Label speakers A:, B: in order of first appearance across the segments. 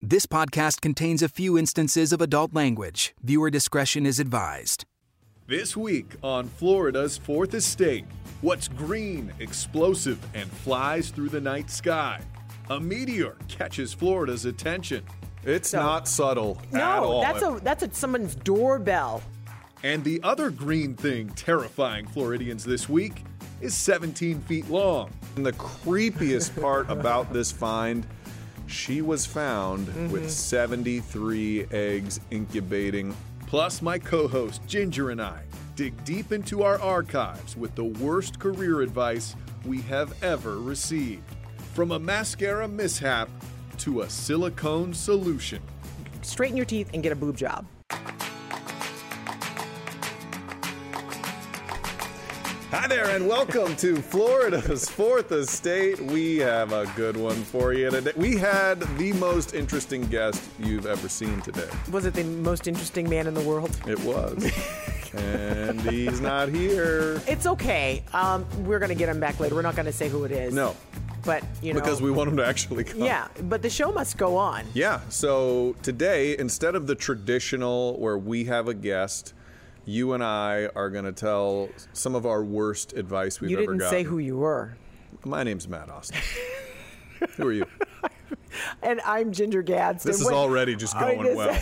A: This podcast contains a few instances of adult language. Viewer discretion is advised.
B: This week on Florida's Fourth Estate, what's green, explosive, and flies through the night sky? A meteor catches Florida's attention. It's not subtle at
C: No,
B: all.
C: that's a that's a someone's doorbell.
B: and the other green thing terrifying Floridians this week is 17 feet long.
D: And the creepiest part about this find, she was found with 73 eggs incubating.
B: Plus, my co host Ginger and I dig deep into our archives with the worst career advice we have ever received. From a mascara mishap to a silicone solution.
C: Straighten your teeth and get a boob job.
D: Hi there, and welcome to Florida's Fourth Estate. We have a good one for you today. We had the most interesting guest you've ever seen today.
C: Was it the most interesting man in the world?
D: It was. and he's not here.
C: It's okay. Um, we're gonna get him back later. We're not gonna say who it is.
D: No,
C: but you know
D: because we want him to actually come.
C: Yeah, but the show must go on.
D: Yeah. So today, instead of the traditional where we have a guest, you and I are going to tell some of our worst advice we've
C: You
D: ever
C: didn't
D: gotten.
C: say who you were.
D: My name's Matt Austin. who are you?
C: And I'm Ginger Gadsden.
D: This is
C: What-
D: already just
C: I
D: going well.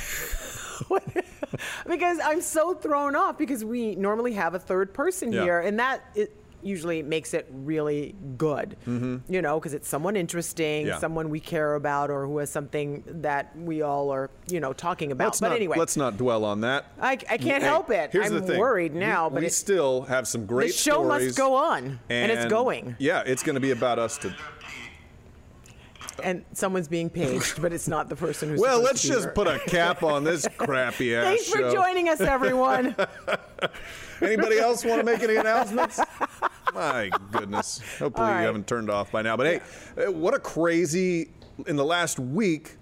C: because I'm so thrown off because we normally have a third person
D: Yeah.
C: here, and that it usually makes it really good. You know, because it's someone interesting,
D: Mm-hmm. Yeah.
C: someone we care about, or who has something that we all are, you know, talking about.
D: Let's
C: but
D: not,
C: anyway,
D: let's not dwell on that.
C: I- I can't
D: Hey,
C: help it.
D: Here's the
C: I'm
D: thing.
C: worried now,
D: We,
C: but
D: we
C: it-
D: still have some great.
C: the show must
D: stories,
C: go on, and, it's going.
D: Yeah, it's going to be about us to.
C: And someone's being paged, but it's not the person who's.
D: Well,
C: supposed
D: let's
C: to be
D: just
C: here.
D: put a cap on this crappy ass
C: Thanks for
D: show.
C: joining us, everyone.
D: Anybody else want to make any announcements? My goodness. Hopefully
C: All
D: you
C: right.
D: haven't turned off by now. But hey, uh, what a crazy in the last week,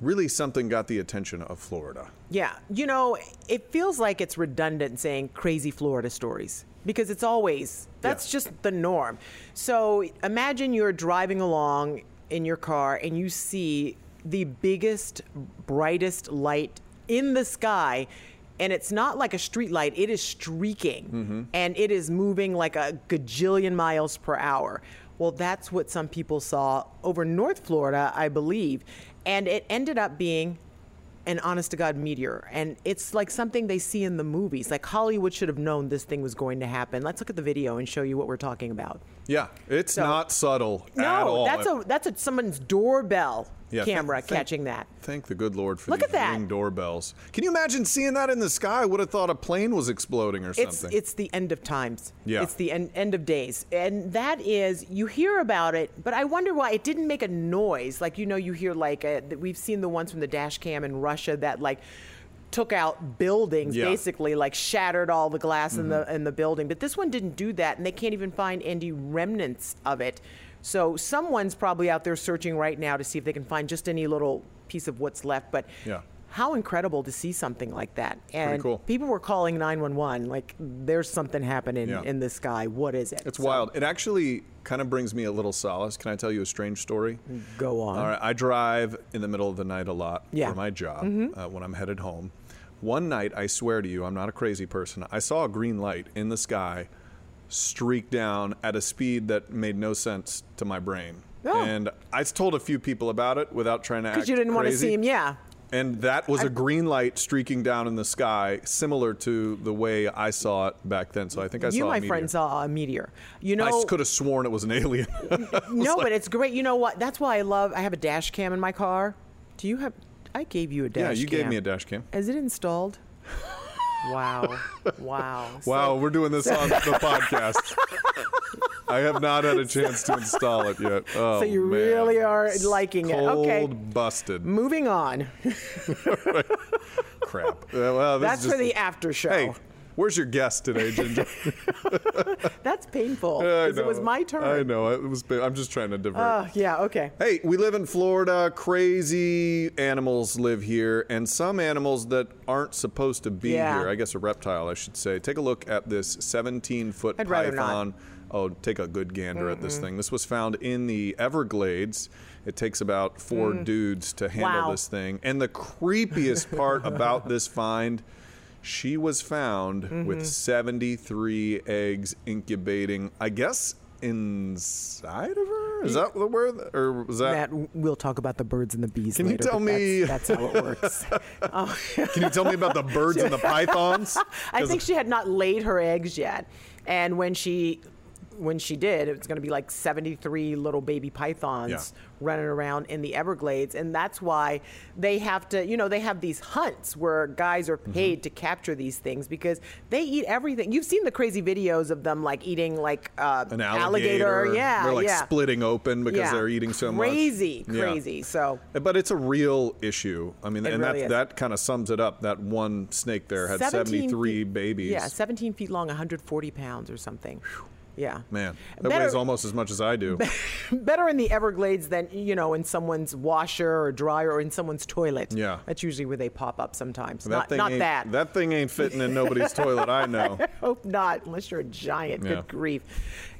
D: really something got the attention of Florida.
C: Yeah. You know, it feels like it's redundant saying crazy Florida stories because it's always, that's
D: Yeah.
C: just the norm. So imagine you're driving along in your car and you see the biggest, brightest light in the sky. And it's not like a street light, it is streaking and it is moving like a gajillion miles per hour. Well, that's what some people saw over North Florida, I believe. And it ended up being an honest to God meteor. And it's like something they see in the movies. Like Hollywood should have known this thing was going to happen. Let's look at the video and show you what we're talking about.
D: Yeah, it's not subtle at
C: No,
D: all.
C: that's a that's a someone's doorbell
D: Yeah, th-
C: camera
D: thank-
C: catching that.
D: Thank the good Lord for
C: Look
D: these
C: at that.
D: ring doorbells. Can you imagine seeing that in the sky? I would have thought a plane was exploding or
C: It's
D: something.
C: it's the end of times.
D: Yeah.
C: It's the end end of days. And that is you hear about it, but I wonder why it didn't make a noise. Like you know you hear like a, that we've seen the ones from the dash cam in Russia that like took out buildings
D: Yeah. Mm-hmm.
C: basically like shattered all the glass in the in the building. But this one didn't do that and they can't even find any remnants of it. So someone's probably out there searching right now to see if they can find just any little piece of what's left, but
D: Yeah.
C: How incredible to see something like that. And
D: cool.
C: people were calling 911 like there's something happening
D: Yeah.
C: in the sky what is it
D: It's wild. It actually kind of brings me a little solace. Can I tell you a strange story?
C: go on
D: All right, I drive in the middle of the night a lot
C: Yeah. Mm-hmm.
D: for my job uh, when I'm headed home. One night, I swear to you, I'm not a crazy person. I saw a green light in the sky streak down at a speed that made no sense to my brain.
C: Oh.
D: And I told a few people about it without trying to act
C: because you didn't want to
D: crazy.
C: see him yeah
D: And that was a green light streaking down in the sky, similar to the way I saw it back then. So I think I
C: you
D: saw a
C: my
D: meteor.
C: friend saw a meteor you
D: I
C: know
D: could have sworn it was an alien.
C: no but it's great you know what that's why i love i have a dash cam in my car do you have i gave you a dash
D: yeah, you gave
C: cam.
D: me a dash cam.
C: is it installed wow wow
D: Wow,
C: So-
D: we're doing this on the podcast. I have not had a chance to install it yet. Oh,
C: So you
D: man.
C: really are liking it. Okay.
D: Cold busted.
C: moving on
D: Crap. Uh, well, this is
C: that's for
D: just-
C: the after show
D: Hey, where's your guest today, Ginger?
C: that's painful
D: I
C: 'cause it was
D: know.
C: my turn
D: I know. It was. I'm just trying to divert.
C: Oh, yeah okay
D: Hey, we live in Florida. Crazy animals live here, and some animals that aren't supposed to be
C: Yeah.
D: here. I guess a reptile, I should say. Take a look at this 17 foot
C: I'd rather not.
D: python. Oh, take a good gander at this thing. This was found in the Everglades, It takes about four dudes to handle
C: Mm. Wow.
D: this thing. And the creepiest part about this find, she was found
C: Mm-hmm.
D: with 73 eggs incubating, I guess, inside of her? Is that the word? Or was that.
C: Matt, we'll talk about the birds and the
D: Uh,
C: bees.
D: Can you
C: later,
D: tell
C: but
D: me-
C: That's, that's how it works. Oh,
D: Can you tell me about the birds and the pythons?
C: I
D: 'Cause
C: think she had not laid her eggs yet, and when she when she did, it was going to be like 73 little baby pythons
D: Yeah.
C: running around in the Everglades, and that's why they have to, you know, they have these hunts where guys
D: Mm-hmm.
C: are paid to capture these things because they eat everything. You've seen the crazy videos of them like eating like uh,
D: An alligator.
C: Yeah,
D: They're like
C: yeah.
D: splitting open because
C: Yeah.
D: they're eating so much.
C: Crazy,
D: Yeah.
C: crazy. So
D: But it's a real issue. I mean,
C: It
D: and
C: really
D: that
C: is.
D: that kind of sums it up. That one snake there had
C: 17
D: 73
C: feet-
D: babies.
C: Yeah, 17 feet long, 140 pounds or something. Yeah.
D: Man, that
C: better,
D: weighs almost as much as I do.
C: better in the Everglades than, you know, in someone's washer or dryer or in someone's toilet.
D: Yeah.
C: That's usually where they pop up sometimes. not not
D: ain't,
C: that.
D: thing ain't fitting in nobody's toilet. I know.
C: Hope not, unless you're a giant.
D: Yeah.
C: Good grief.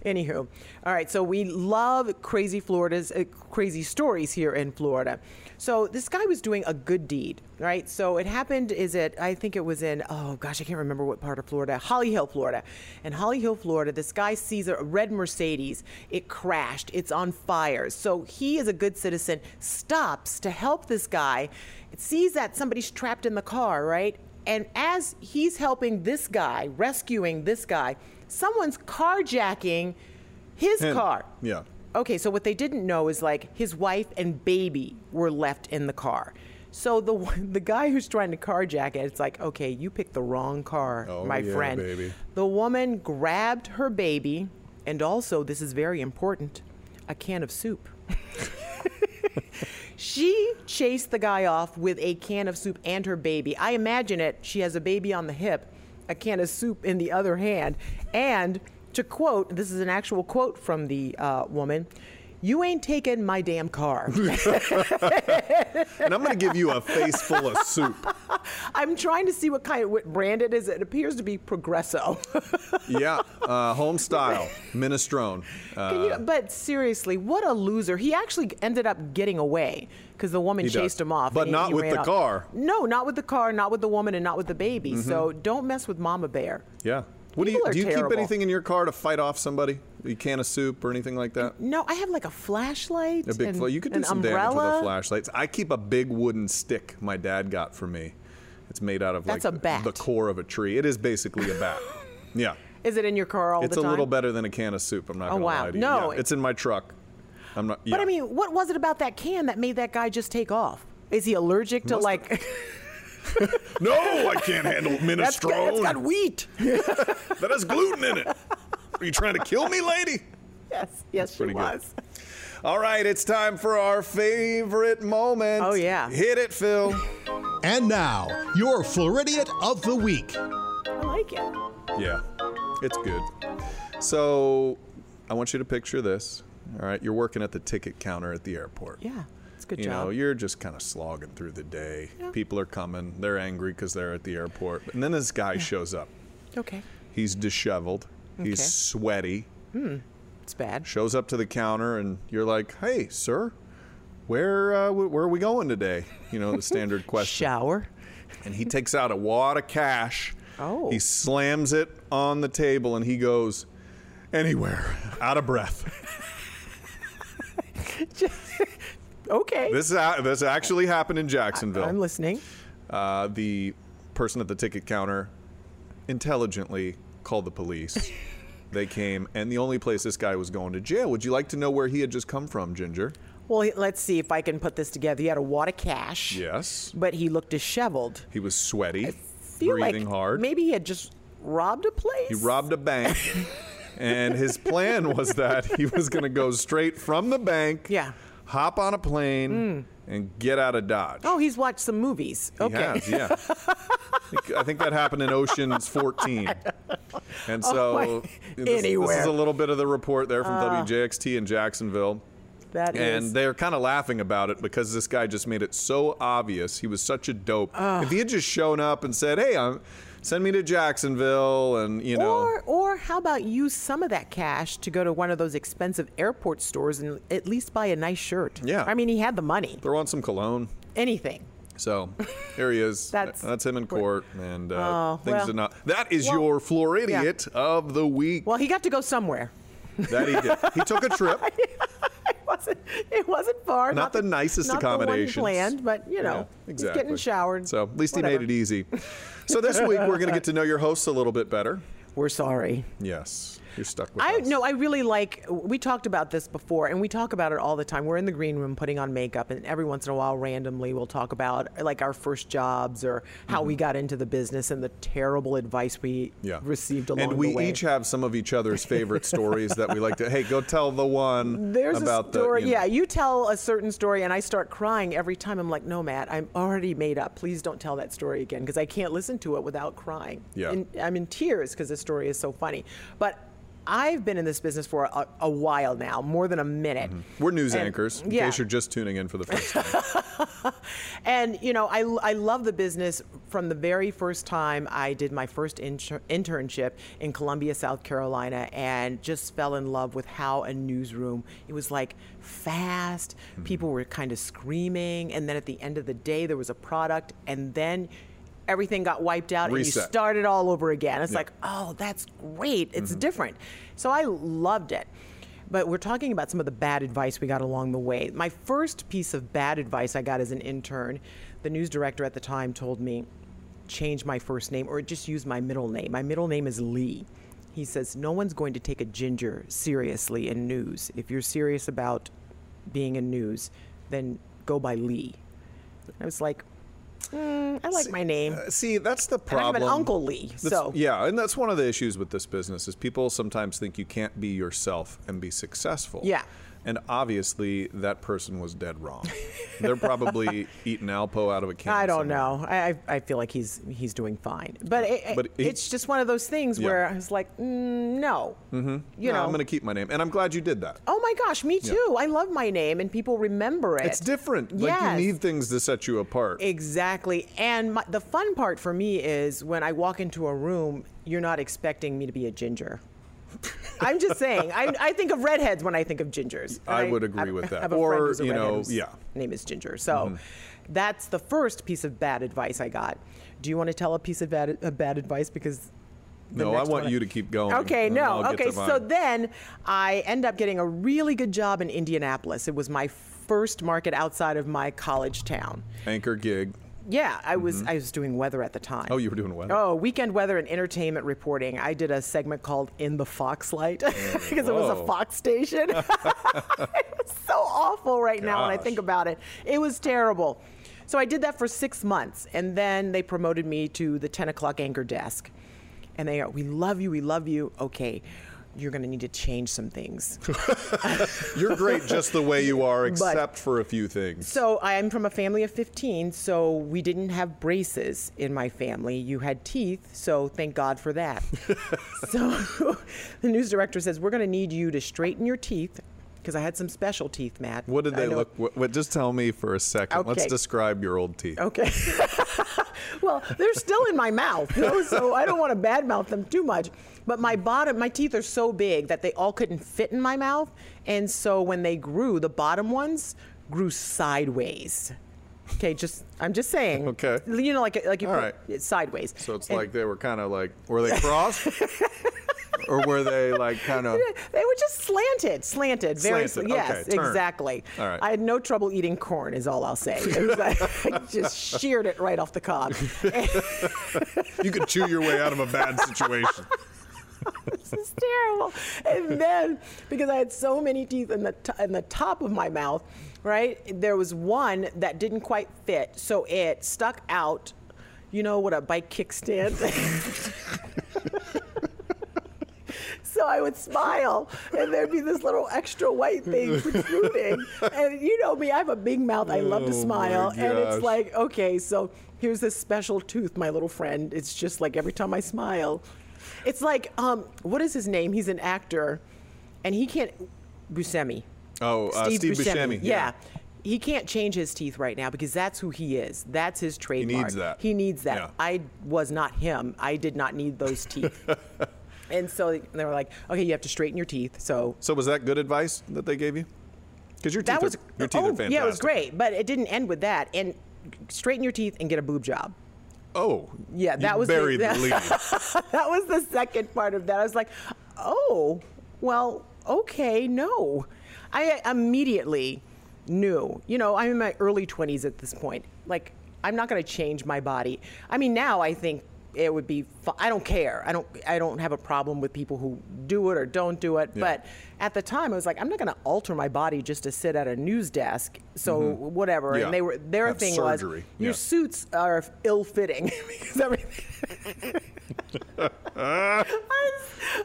C: Anywho, all right. So we love crazy Florida's uh, crazy stories here in Florida. So this guy was doing a good deed, right? So it happened. Is it? I think it was in. Oh gosh, I can't remember what part of Florida. Holly Hill, Florida. In Holly Hill, Florida, this guy sees a red Mercedes. It crashed. It's on fire. So he is a good citizen. Stops to help this guy. Sees that somebody's trapped in the car, right? And as he's helping this guy, rescuing this guy, someone's carjacking his
D: And-
C: car.
D: Yeah.
C: Okay, so what they didn't know is like his wife and baby were left in the car. So the one- the guy who's trying to carjack it, it's like, okay, you picked the wrong car,
D: Oh,
C: my
D: yeah,
C: friend.
D: baby.
C: The woman grabbed her baby, and also this is very important, a can of soup. She chased the guy off with a can of soup and her baby. I imagine it. She has a baby on the hip, a can of soup in the other hand, and to quote, this is an actual quote from the uh, woman. You ain't taking my damn car.
D: And I'm going to give you a face full of soup.
C: I'm trying to see what kind of what brand it is. It appears to be Progresso.
D: Yeah. Uh, home style, minestrone. Uh,
C: Can you, but seriously, what a loser! He actually ended up getting away because the woman
D: He does.
C: chased him off,
D: But
C: and he-
D: not
C: he
D: with
C: ran
D: the
C: off.
D: car. Mm-hmm.
C: No, not with the car, not with the woman, and not with the baby. So don't mess with Mama Bear.
D: yeah. What do you
C: People are
D: do? You
C: terrible.
D: keep anything in your car to fight off somebody? A can of soup or anything like that?
C: No, I have like a flashlight.
D: A big
C: and
D: fla- you could do
C: an
D: some
C: umbrella.
D: damage with a flashlight. I keep a big wooden stick my dad got for me. It's made out of
C: That's
D: like
C: a bat.
D: the core of a tree. It is basically a bat. yeah.
C: Is it in your car all
D: It's
C: the
D: a
C: time?
D: little better than a can of soup. I'm not
C: Oh,
D: gonna
C: wow.
D: lie to you.
C: No,
D: Yeah,
C: it-
D: it's in my truck. I'm not. Yeah.
C: But I mean, what was it about that can that made that guy just take off? Is he allergic to like?
D: no, I can't handle minestrone.
C: that's, got, that's got wheat.
D: That has gluten in it. Are you trying to kill me, lady?
C: yes, yes, she
D: pretty good.
C: was.
D: All right, it's time for our favorite moment.
C: Oh, yeah.
D: Hit it, Phil.
E: And now, your Floridian of the Week.
C: I like it.
D: Yeah, it's good. So I want you to picture this. All right, you're working at the ticket counter at the airport.
C: Yeah, it's a good
D: You
C: job.
D: know, you're just kind of slogging through the day. People are coming. They're angry because they're at the airport. And then this guy shows up.
C: okay,
D: He's disheveled. He's
C: Okay.
D: sweaty.
C: it's bad.
D: Shows up to the counter, and you're like, "Hey, sir, where uh, wh- where are we going today?" You know, the standard question.
C: Shower.
D: and he takes out a wad of cash.
C: Oh.
D: He slams it on the table and he goes, anywhere, out of breath.
C: Okay,
D: This is a- this actually happened in Jacksonville.
C: I'm listening.
D: uh, the person at the ticket counter intelligently called the police. they came, and the only place this guy was going to jail. Would you like to know where he had just come from, Ginger?
C: Well, he- let's see if I can put this together. He had a wad of cash.
D: Yes.
C: But he looked disheveled.
D: He was sweaty,
C: Feel like
D: breathing hard.
C: Maybe he had just robbed a place.
D: He robbed a bank. and his plan was that he was going to go straight from the bank,
C: Yeah. Hmm.
D: hop on a plane, and get out of Dodge.
C: Oh, he's watched some movies.
D: He
C: okay.
D: has, yeah. I think- I think that happened in Oceans 14. And so,
C: Oh my-
D: this, this
C: Anywhere. Uh.
D: is a little bit of the report there from WJXT in Jacksonville.
C: That is.
D: And they're kind of laughing about it because this guy just made it so obvious. He was such a dope. If he had just shown up and said, "Hey, I'm, send me to Jacksonville," and you know,
C: or or Or how about use some of that cash to go to one of those expensive airport stores and at least buy a nice shirt?
D: Yeah.
C: I mean, he had the money.
D: They're on some cologne.
C: Anything.
D: So there he is.
C: That's-
D: that's, him in court, and uh,
C: Oh,
D: things
C: well.
D: did not. That is
C: Well,
D: your Floridiot of the week.
C: Well, he got to go somewhere.
D: that he did. He took a trip.
C: It wasn't. It wasn't far.
D: Not the nicest
C: not
D: accommodations.
C: The one he planned, but you know,
D: Yeah,
C: he's getting showered.
D: So at least he
C: Whatever.
D: made it easy. So this week we're going to get to know your hosts a little bit better.
C: We're sorry.
D: Yes, you're stuck with
C: I
D: us.
C: no, I really like. We talked about this before, and we talk about it all the time. We're in the green room putting on makeup, and every once in a while, randomly, we'll talk about like our first jobs or how we got into the business and the terrible advice we
D: Mm-hmm. yeah.
C: received along
D: and we
C: the way.
D: each have some of each other's favorite stories that we like to. Hey, go tell the one
C: There's
D: about
C: a story.
D: the. you know.
C: yeah, you tell a certain story, and I start crying every time. I'm like, no, Matt, I'm already made up. Please don't tell that story again because I can't listen to it without crying.
D: Yeah.
C: In- I'm in tears because the story is so funny. But I've been in this business for a, a while now, more than a minute.
D: We're news
C: And-
D: anchors. In
C: yeah.
D: case you're just tuning in for the first time.
C: And you know, I, I love the business from the very first time I did my first inter- internship in Columbia, South Carolina, and just fell in love with how a newsroom it was like fast. People were kind of screaming, and then at the end of the day, there was a product, and then. Everything got wiped out and you
D: Reset.
C: started all over again. It's like, oh, that's great. It's
D: Mm-hmm.
C: different. So I loved it. But we're talking about some of the bad advice we got along the way. My first piece of bad advice I got as an intern, the news director at the time told me, change my first name or just use my middle name. My middle name is Lee. He says, no one's going to take a ginger seriously in news. If you're serious about being in news, then go by Lee. I was like, "Mm, I like my name.
D: Uh, See, that's the
C: And I
D: problem.
C: have an Uncle Lee,
D: That's-
C: so-
D: yeah, and that's one of the issues with this business is people sometimes think you can't be yourself and be successful.
C: Yeah.
D: And obviously, that person was dead wrong. They're probably eating Alpo out of a can.
C: I don't
D: somewhere.
C: know. I, I I feel like he's he's doing fine, but, it,
D: But he-
C: it's just one of those things
D: Yeah.
C: where I was like, mm, no, mm-hmm. you
D: No,
C: know.
D: I'm going to keep my name, and I'm glad you did that.
C: oh my gosh, me too. I love my name, and people remember it.
D: It's different.
C: Yes.
D: Like you need things to set you apart.
C: Exactly. And my, the fun part for me is when I walk into a room, you're not expecting me to be a ginger. I'm just saying. I, I think of redheads when I think of gingers.
D: I
C: And
D: would agree with that.
C: have a
D: Or,
C: friend who's a
D: you
C: redhead
D: know,
C: whose
D: yeah. Mm-hmm.
C: Name is Ginger. So that's the first piece of bad advice I got. Do you want to tell a piece of bad, uh, bad advice? Because the
D: no, I
C: next
D: want
C: one-
D: you to keep going.
C: Okay,
D: and I'll
C: no.
D: get
C: Okay,
D: to mine.
C: so then I end up getting a really good job in Indianapolis. It was my first market outside of my college town.
D: anchor gig.
C: Yeah, I was I was doing weather at the time.
D: Mm-hmm. Oh, you were doing well.
C: Oh, weekend weather and entertainment reporting. I did a segment called "In the Foxlight" because it was a
D: Oh, whoa.
C: Fox station. it was so awful right now when I
D: Gosh.
C: think about it. It was terrible. So I did that for six months, and then they promoted me to the 10 o'clock anchor desk. And they go, "We love you, we love you." Okay, you're going to need to change some things.
D: You're great just the way you are, except for a few things.
C: So I'm from a family of 15, so we didn't have braces in my family. You had teeth, so thank God for that. so the news director says, We're going to need you to straighten your teeth because I had some special teeth, Matt.
D: What did
C: I
D: they
C: know-
D: look? What, what, just tell me for a second. Let's
C: Okay.
D: describe your old teeth.
C: Okay. well, they're still in my mouth, you know, so I don't want to badmouth them too much. But my bottom, my teeth are so big that they all couldn't fit in my mouth, and so when they grew, the bottom ones grew sideways. Okay, just I'm just saying.
D: Okay.
C: You know, like like you
D: All
C: put
D: right.
C: it sideways.
D: So it's
C: And
D: like they were kind of like, were they crossed? or were they like kind of.
C: They were just slanted, slanted, very
D: Slanted,
C: yes,
D: okay, turned.
C: exactly.
D: All right.
C: I had no trouble eating corn, is all I'll say. It was like, I just sheared it right off the cob.
D: You could chew your way out of a bad situation.
C: this is terrible. And then because I had so many teeth in the t- in the top of my mouth, right? There was one that didn't quite fit, so it stuck out. You know what a bike kickstand. So I would smile, and there'd be this little extra white thing protruding. and you know me, I have a big mouth. I love to
D: Oh, my
C: smile, and it's
D: gosh.
C: like, okay, so here's this special tooth, my little friend. It's just like every time I smile, it's like, um, what is his name? He's an actor, and he can't. Buscemi.
D: Oh, uh, Steve, Buscemi.
C: Yeah. He can't change his teeth right now because that's who he is. That's his trademark.
D: that.
C: He needs that.
D: Yeah.
C: I was not him. I did not need those teeth. And so they were like, okay, you have to straighten your teeth. So
D: So was that good advice that they gave you? Because your teeth,
C: that was
D: are, your teeth
C: oh,
D: are fantastic.
C: yeah, it was great, but it didn't end with that. And straighten your teeth and get a boob job.
D: Oh,
C: Yeah,
D: you
C: that was the-
D: buried the,
C: that-
D: lead.
C: that was the second part of that. I was like, oh, well, okay, no. I immediately knew, you know, I'm in my early 20s at this point. Like, I'm not going to change my body. I mean, now I think it would be fu- I don't care. I don't I don't have a problem with people who do it or don't do it, but at the time I was like I'm not going to alter my body just to sit at a news desk. So whatever.
D: Mm-hmm. Yeah.
C: And they were their
D: Have
C: thing was
D: surgery.
C: your
D: Yeah.
C: suits are ill-fitting because everything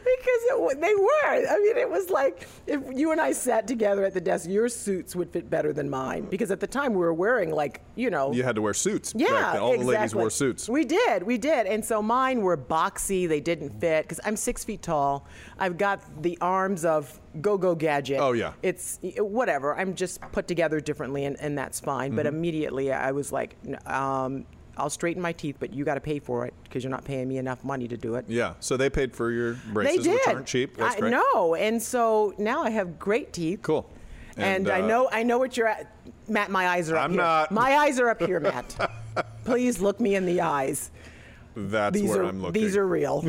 C: because it, wa- they were. I mean, it was like if you and I sat together at the desk, your suits would fit better than mine because at the time we were wearing like you know.
D: You had to wear suits. back
C: Yeah,
D: then. all
C: exactly.
D: the ladies wore suits.
C: We did, we did, and so mine were boxy. They didn't fit because I'm six feet tall. I've got the arms of Go-Go Gadget.
D: Oh, yeah.
C: it's whatever. I'm just put together differently, and, and that's fine. But
D: Mm-hmm.
C: immediately I was like, "N- um, I'll straighten my teeth, but you got to pay for it because you're not paying me enough money to do it.
D: yeah, so they paid for your braces,
C: They did.
D: which aren't cheap. That's
C: I,
D: great.
C: No, and so now I have great teeth.
D: Cool.
C: And,
D: And,
C: I
D: uh,
C: know I know what you're at, Matt. My eyes are up
D: I'm
C: here.
D: not.
C: My eyes are up here, Matt. Please look me in the eyes.
D: That's
C: These
D: where
C: are
D: I'm looking.
C: these are real.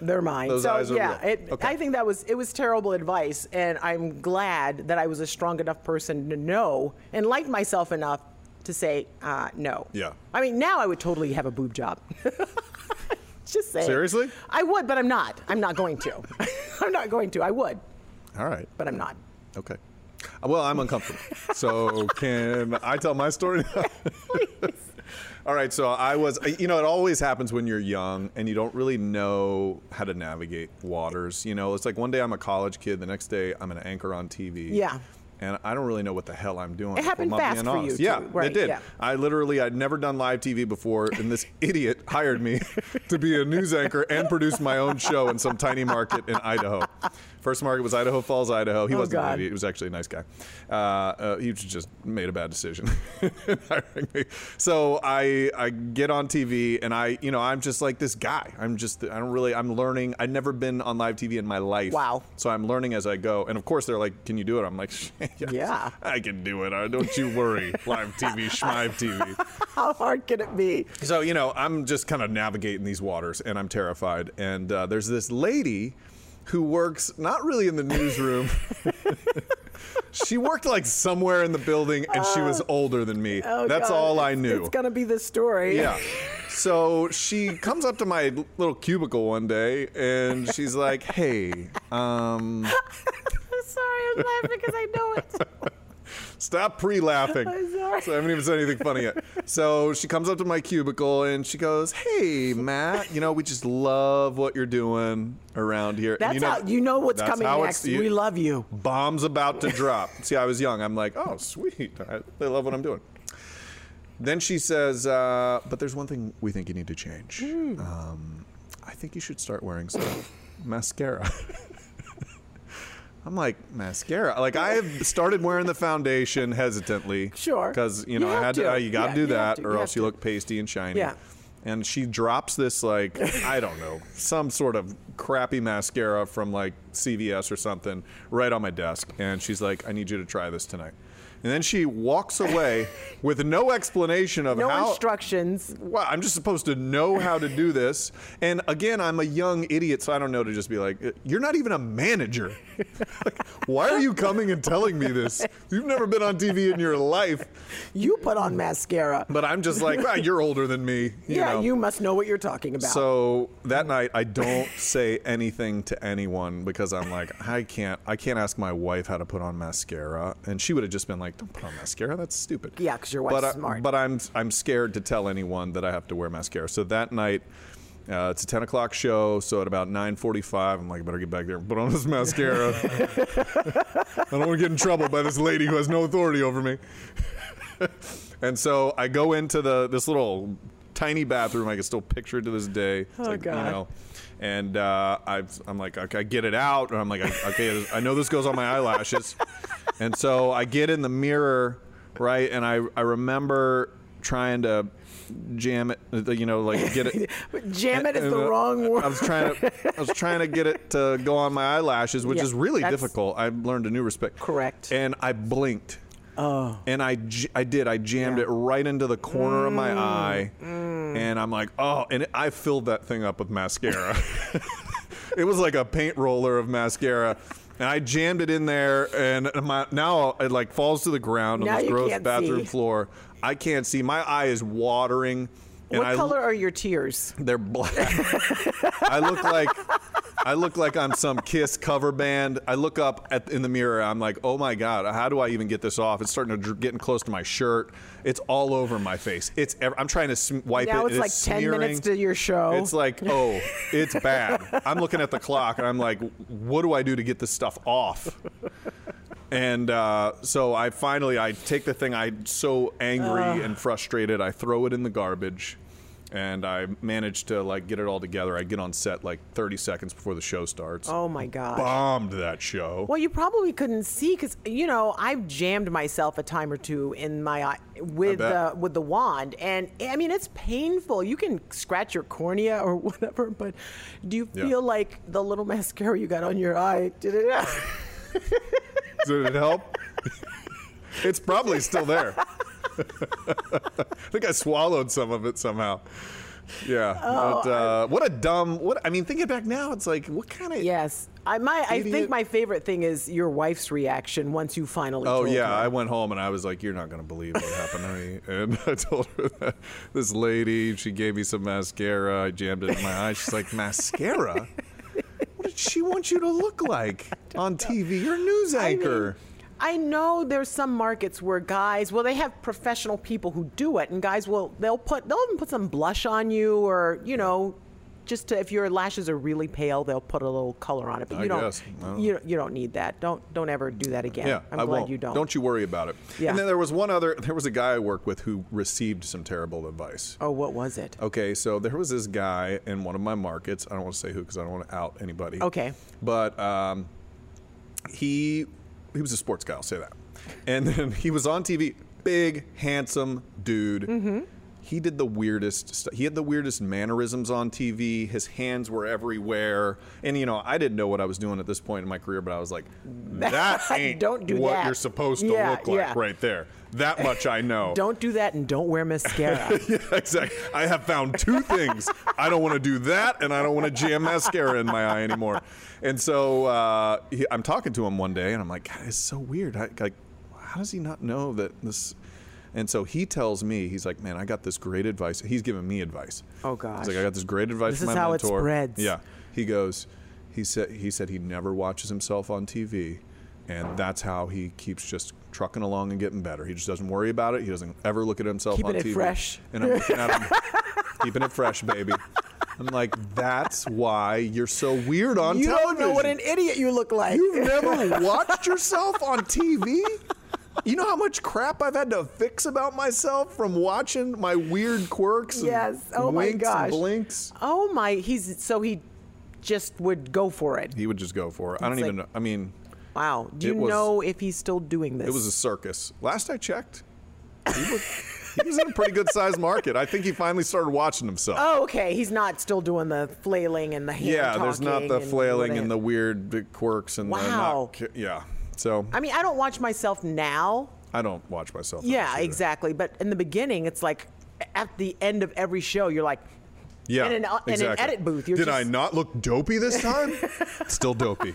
C: They're mine.
D: Those
C: so
D: eyes are
C: yeah,
D: real.
C: It,
D: Okay.
C: I think that was it was terrible advice, and I'm glad that I was a strong enough person to know and like myself enough to say uh, no.
D: Yeah.
C: I mean, now I would totally have a boob job. Just saying.
D: Seriously?
C: I would, but I'm not. I'm not going to. I'm not going to. I would,
D: All right.
C: but I'm not.
D: Okay. Uh, Well, I'm uncomfortable. so can I tell my story? All right. So I was, uh, you know, it always happens when you're young and you don't really know how to navigate waters. You know, it's like one day I'm a college kid, the next day I'm an anchor on TV.
C: Yeah.
D: And I don't really know what the hell I'm doing.
C: It happened
D: if I'm not
C: fast
D: being
C: for you,
D: honest.
C: too.
D: Yeah,
C: Right,
D: it did.
C: yeah.
D: I literally, I'd never done live TV before, and this idiot hired me to be a news anchor and produce my own show in some tiny market in Idaho. First market was Idaho Falls, Idaho. He
C: Oh,
D: wasn't an
C: God.
D: idiot. He was actually a nice guy. Uh, uh, he just made a bad decision in hiring me. So I, I get on TV, and I, you know, I'm just like this guy. I'm just, I don't really, I'm learning. I've never been on live TV in my life.
C: Wow.
D: So I'm learning as I go. And of course, they're like, can you do it? I'm like, yes,
C: Yeah.
D: I can do it. Uh, Don't you worry. Live TV, Schmive TV.
C: How hard can it be?
D: So, you know, I'm just kind of navigating these waters and I'm terrified. And uh, there's this lady who works not really in the newsroom. she worked like somewhere in the building and she was older than me.
C: Oh,
D: That's
C: God.
D: all I
C: It's-
D: knew.
C: It's gonna be the story.
D: Yeah. So she comes up to my little cubicle one day and she's like, hey, um,
C: I'm sorry, I'm laughing because I know it.
D: Stop pre laughing.
C: I'm sorry.
D: So I haven't even said anything funny yet. So she comes up to my cubicle and she goes, Hey, Matt, you know, we just love what you're doing around here. And
C: That's
D: you know,
C: how you know what's
D: that's
C: coming
D: how it's-
C: next. we love you.
D: Bomb's about to drop. See, I was young. I'm like, Oh, sweet. I, I love what I'm doing. Then she says, uh, But there's one thing we think you need to change.
C: Hmm.
D: Um, I think you should start wearing some mascara. I'm like mascara. Like I have started wearing the foundation hesitantly.
C: Sure.
D: Because you
C: You
D: know I
C: have
D: had to.
C: to.
D: uh, you got
C: Yeah,
D: do
C: you have
D: that,
C: to.
D: or
C: You
D: else
C: have
D: you
C: to.
D: look pasty and shiny.
C: Yeah.
D: And she drops this like I don't know some sort of crappy mascara from like CVS or something right on my desk, and she's like, "I need you to try this tonight." And then she walks away with no explanation of
C: No
D: how
C: instructions.
D: well, I'm just supposed to know how to do this. And again, I'm a young idiot, so I don't know to just be like, "Uh, you're not even a manager. like, why are you coming and telling me this? You've never been on TV in your life.
C: You put on mascara.
D: But I'm just like, "Ah, you're older than me. You
C: yeah,
D: know.
C: you must know what you're talking about.
D: So that night, I don't say anything to anyone because I'm like, I can't, I can't ask my wife how to put on mascara, and she would have just been like, "Don't put on mascara, that's stupid."
C: Yeah, 'cause your wife's
D: but I-
C: smart.
D: But I'm, I'm scared to tell anyone that I have to wear mascara. So that night. Uh, it's a 10 o'clock show, so at about 9.45, I'm like, I better get back there and put on this mascara. I don't want to get in trouble by this lady who has no authority over me. And so I go into the this little tiny bathroom. I can still picture it to this day. It's like,
C: God.
D: You know, and uh, I've, I'm like, okay, I get it out, and I'm like, okay, I know this goes on my eyelashes, and so I get in the mirror, right, and I I remember trying to jam it, uh, you know, like get it.
C: Jam it is the
D: Uh,
C: wrong
D: I
C: word.
D: was trying to, I was trying to get it to go on my eyelashes, which
C: Yeah,
D: is really
C: that's-
D: difficult. I learned a new respect.
C: Correct.
D: And I blinked. Oh. And I, j- I did. I jammed
C: Yeah. Mm.
D: it right into the corner of my eye, and I'm like, oh, and it, I filled that thing up with mascara. it was like a paint roller of mascara. And I jammed it in there, and my, now it like falls to the ground
C: Now
D: on this
C: you
D: gross
C: can't
D: bathroom
C: see.
D: floor. I can't see. My eye is watering. And
C: What
D: I,
C: color are your tears?
D: they're black. I look like I look like I'm some Kiss cover band. I look up at, in the mirror. I'm like, oh my god, how do I even get this off? It's starting to dr- getting close to my shirt. It's all over my face. It's ev- I'm trying to sm- wipe
C: Now
D: it.
C: it's
D: and
C: like 10 minutes
D: smearing.
C: to your show.
D: It's like, oh, it's bad. I'm looking at the clock and I'm like, what do I do to get this stuff off? And uh, so I finally I take the thing I so angry and frustrated I throw it in the garbage, and I manage to like get it all together. I get on set like 30 seconds before the show starts.
C: oh my gosh.
D: Bombed that show.
C: Well, you probably couldn't see because you know I've jammed myself a time or two in my eye with
D: bet.
C: the with the wand, and I mean it's painful. You can scratch your cornea or whatever, but do you
D: Yeah.
C: feel like the little mascara you got on your eye did it?
D: Did it help? it's probably still there. I think I swallowed some of it somehow. Yeah.
C: Oh,
D: but, uh, what a dumb. What I mean, thinking back now, it's like what kind of.
C: yes, I my I think
D: Idiot.
C: my favorite thing is your wife's reaction once you finally.
D: Oh
C: told
D: yeah, I
C: her.
D: went home and I was like, "You're not gonna believe what happened to me." And I told her that this lady, she gave me some mascara. I jammed it in my eye. She's like, "Mascara? What did she want you to look like on TV? You're a news anchor."
C: I know there's some markets where guys, well, they have professional people who do it, and guys will they'll put they'll even put some blush on you, or you know, just to, if your lashes are really pale, they'll put a little color on it. But
D: I
C: you don't,
D: guess. I don't
C: you don't- you don't need that. Don't don't ever do that again.
D: Yeah,
C: I'm
D: I
C: glad
D: won't.
C: you don't.
D: Don't you worry about it.
C: Yeah.
D: And then there was one other. There was a guy I worked with who received some terrible advice.
C: Oh, what was it?
D: Okay, so there was this guy in one of my markets. I don't want to say who because I don't want to out anybody.
C: Okay.
D: But um, he he was a sports guy. I'll say that. And then he was on TV. Big, handsome dude.
C: Mm-hmm.
D: He did the weirdest stuff. He had the weirdest mannerisms on TV. His hands were everywhere. And, you know, I didn't know what I was doing at this point in my career, but I was like, that ain't
C: Don't do
D: what
C: that.
D: you're supposed to
C: Yeah,
D: look like
C: yeah.
D: right there. That much I know.
C: Don't do that, and don't wear mascara.
D: Yeah, exactly. I have found two things. I don't want to do that, and I don't want to jam mascara in my eye anymore. And so uh, he, I'm talking to him one day, and I'm like, God, it's so weird. I, like, how does he not know that this? And so he tells me, he's like, man, I got this great advice. He's giving me advice.
C: Oh,
D: He's
C: gosh.
D: like, I got this great advice
C: This
D: from
C: is
D: my
C: how it
D: mentor.
C: spreads.
D: Yeah. He goes, he said, he said he never watches himself on TV, and that's how he keeps just trucking along and getting better. He just doesn't worry about it. He doesn't ever look at himself
C: Keeping
D: on
C: it
D: TV.
C: fresh.
D: And I'm looking at him, keeping it fresh, baby. I'm like, that's why you're so weird on
C: you
D: television.
C: don't know what an idiot you look like.
D: You've never watched yourself on TV. You know how much crap I've had to fix about myself from watching my weird quirks. and
C: Yes. Oh, my
D: winks and
C: gosh.
D: blinks.
C: oh my, he's so he just would go for it.
D: He would just go for it. I don't
C: It's
D: even.
C: like-
D: know. I mean,
C: Wow. Do you
D: It was-
C: know if he's still doing this?
D: it was a circus. Last I checked, he was, he was in a pretty good sized market. I think he finally started watching himself.
C: Oh, okay. He's not still doing the flailing and the hand
D: yeah, there's not
C: talking
D: the
C: and
D: flailing and the
C: whatever.
D: weird quirks and the
C: Wow.
D: not, ca- yeah. So
C: I mean, I don't watch myself now.
D: I don't watch myself. on this
C: Yeah,
D: either.
C: exactly. But in the beginning, it's like at the end of every show, you're like,
D: Yeah,
C: in an- in an
D: exactly.
C: edit booth, you're
D: Did I
C: just-
D: not look dopey this time? Still dopey.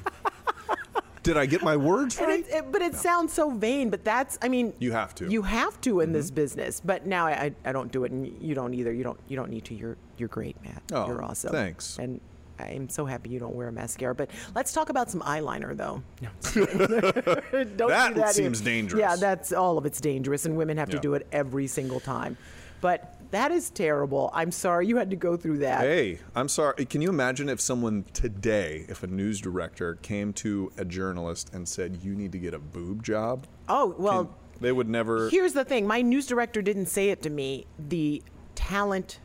D: Did I get my words
C: and
D: right?
C: it, it, but it sounds so vain. But that's, I mean,
D: You have to. Mm-hmm.
C: You have to in this business. But now I, I, I don't do it, and you don't either. You don't, you don't need to. You're, you're great, Matt.
D: Oh,
C: you're awesome.
D: thanks.
C: And I'm so happy you don't wear a mascara. But let's talk about some eyeliner, though. No, don't do
D: That
C: that either.
D: seems dangerous.
C: Yeah, that's all of it's dangerous, and women have to
D: Yeah.
C: do it every single time. But that is terrible. I'm sorry you had to go through that.
D: Hey, I'm sorry. Can you imagine if someone today, if a news director came to a journalist and said, "You need to get a boob job"?
C: Oh well.
D: They would never.
C: Here's the thing: my news director didn't say it to me. The talent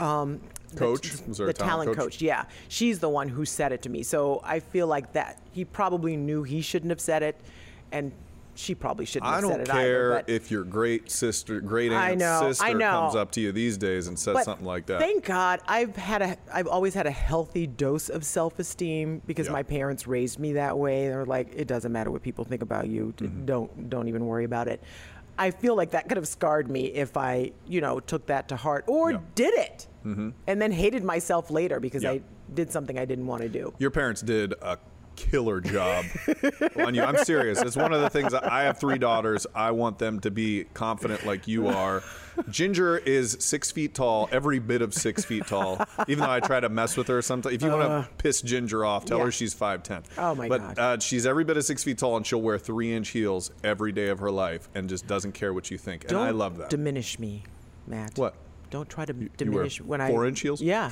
C: um, the-
D: Coach?
C: the,
D: Was there a talent
C: talent,
D: coach?
C: coach? Yeah, she's the one who said it to me. So I feel like that he probably knew he shouldn't have said it, and she probably shouldn't
D: I
C: have said
D: don't
C: it
D: care
C: either. But,
D: if your great sister, great
C: I
D: aunt's
C: know, I
D: sister
C: know.
D: comes up to you these days and says
C: but
D: something like that.
C: Thank God, I've had a, I've always had a healthy dose of self-esteem because
D: Yeah.
C: my parents raised me that way. They're like, it doesn't matter what people think about you. D-
D: Mm-hmm.
C: Don't, don't even worry about it. I feel like that could have scarred me if I, you know, took that to heart or
D: Yeah. Mm-hmm.
C: did it and then hated myself later because
D: Yeah.
C: I did something I didn't want to do.
D: Your parents did a killer job on you. I'm serious. It's one of the things I have three daughters. I want them to be confident like you are. Ginger is six feet tall, every bit of six feet tall. Even though I try to mess with her sometimes. If you want to piss Ginger off, tell
C: Uh. yeah.
D: her she's five ten.
C: Oh, my
D: but,
C: God.
D: uh, she's every bit of six feet tall, and she'll wear three inch heels every day of her life, and just doesn't care what you think.
C: Don't
D: and I love that.
C: Diminish me, Matt.
D: What?
C: Don't try to
D: you wear
C: diminish when I
D: four-inch heels?
C: Yeah.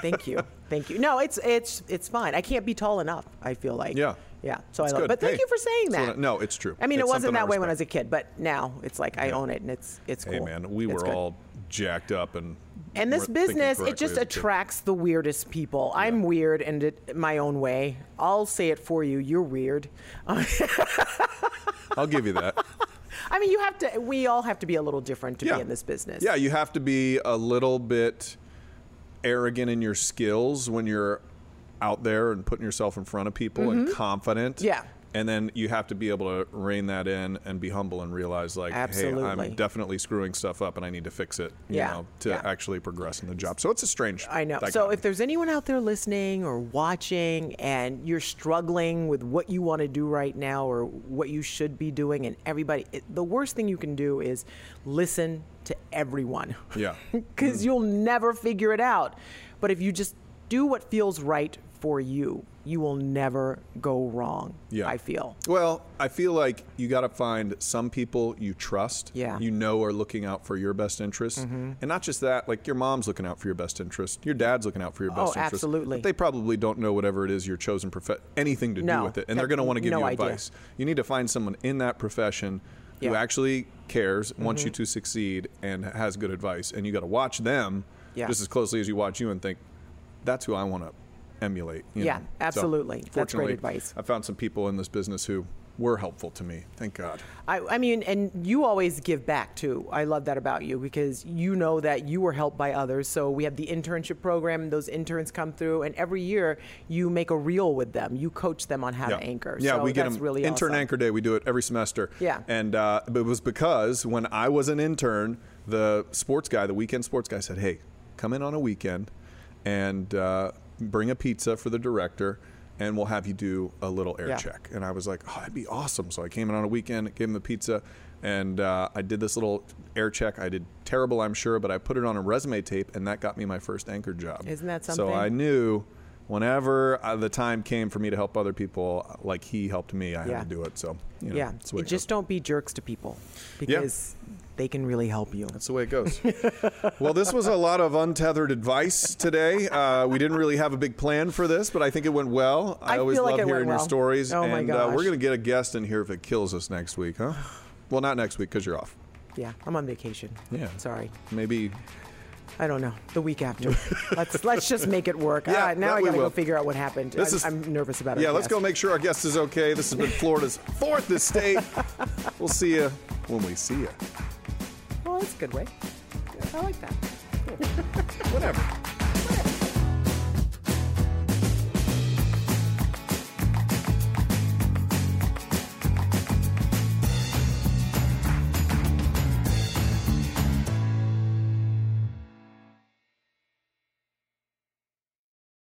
C: Thank you. Thank you. No, it's it's it's fine. I can't be tall enough. I feel like.
D: Yeah.
C: Yeah. So I
D: It's
C: love.
D: good.
C: But thank
D: Hey,
C: you for saying
D: it's
C: that.
D: what I- no, it's true.
C: I mean,
D: It's
C: it wasn't
D: something I
C: that way when I was a
D: respect.
C: kid, but now it's like I own it and it's it's cool.
D: Hey man, we
C: It's
D: were
C: good.
D: all jacked up and
C: And this
D: weren't thinking
C: business, it
D: correctly
C: just
D: as a kid.
C: attracts the weirdest people. I'm weird and it, my own way. I'll say it for you. You're weird.
D: I'll give you that.
C: I mean, you have to. We all have to be a little different to
D: yeah.
C: be in this business.
D: Yeah, you have to be a little bit arrogant in your skills when you're out there and putting yourself in front of people and confident.
C: Mm-hmm. Yeah.
D: And then you have to be able to rein that in and be humble and realize, like, hey,
C: Absolutely.
D: I'm definitely screwing stuff up and I need to fix it, you
C: Yeah.
D: know, to
C: Yeah.
D: actually progress in the job. So it's a strange.
C: I know. So
D: dichotomy.
C: if there's anyone out there listening or watching and you're struggling with what you want to do right now or what you should be doing and everybody it, the worst thing you can do is listen to everyone.
D: Yeah. Mm.
C: Cuz you'll never figure it out. But if you just do what feels right for you, you will never go wrong.
D: Yeah.
C: I feel.
D: Well, I feel like you got to find some people you trust,
C: Yeah. Mm-hmm.
D: you know are looking out for your best interests. And not just that, like your mom's looking out for your best interest, your dad's looking out for your best interest.
C: Oh, absolutely.
D: But they probably don't know whatever it is your chosen profession, anything to do
C: No,
D: with it. And they're
C: that-
D: going to want to give
C: no
D: you
C: idea.
D: advice. You need to find someone in that profession who
C: Yeah. Mm-hmm.
D: actually cares, wants you to succeed, and has good advice. And you got to watch them
C: Yeah.
D: just as closely as you watch you and think, that's who I want to emulate. you
C: Yeah,
D: know? So,
C: absolutely. That's great
D: fortunately,
C: advice.
D: I found some people in this business who were helpful to me. Thank God.
C: I, I mean, and you always give back too. I love that about you because you know that you were helped by others. So we have the internship program; those interns come through, and every year you make a reel with them. You coach them on how to anchor.
D: Yeah,
C: so
D: we get
C: that's
D: them
C: really
D: intern
C: awesome.
D: anchor day. We do it every semester.
C: Yeah.
D: and uh, but it was because when I was an intern, the sports guy, the weekend sports guy, said, "Hey, come in on a weekend, and uh, bring a pizza for the director." And we'll have you do a little air
C: Yeah.
D: check. And I was like, oh, that'd be awesome. So I came in on a weekend, gave him the pizza, and uh, I did this little air check. I did terrible, I'm sure, but I put it on a resume tape, and that got me my first anchor job.
C: Isn't that
D: So
C: something?
D: I knew whenever uh, the time came for me to help other people, like he helped me, I
C: Yeah.
D: had to do it. So you know,
C: Yeah,
D: that's the way it
C: just
D: goes.
C: don't be jerks to people because they can really help you.
D: That's the way it goes. well, this was a lot of untethered advice today. Uh, we didn't really have a big plan for this, but I think it went well. I,
C: I
D: always
C: feel like
D: love
C: it went
D: hearing your
C: well.
D: stories,
C: Oh
D: and
C: my
D: Uh, we're
C: gosh.
D: gonna get a guest in here if it kills us next week, huh? Well, not next week because you're off.
C: Yeah, I'm on vacation.
D: Yeah.
C: sorry,
D: Maybe
C: I don't know. The week after, let's let's just make it work.
D: Yeah,
C: Ah, now
D: that
C: I
D: we
C: gotta
D: will.
C: go figure out what happened.
D: This
C: I'm,
D: is-
C: I'm nervous about it.
D: Yeah, let's go make sure our guest is okay. This has been Florida's fourth estate. we'll see you when we see you.
C: Well, that's a good way. I like that.
D: Whatever.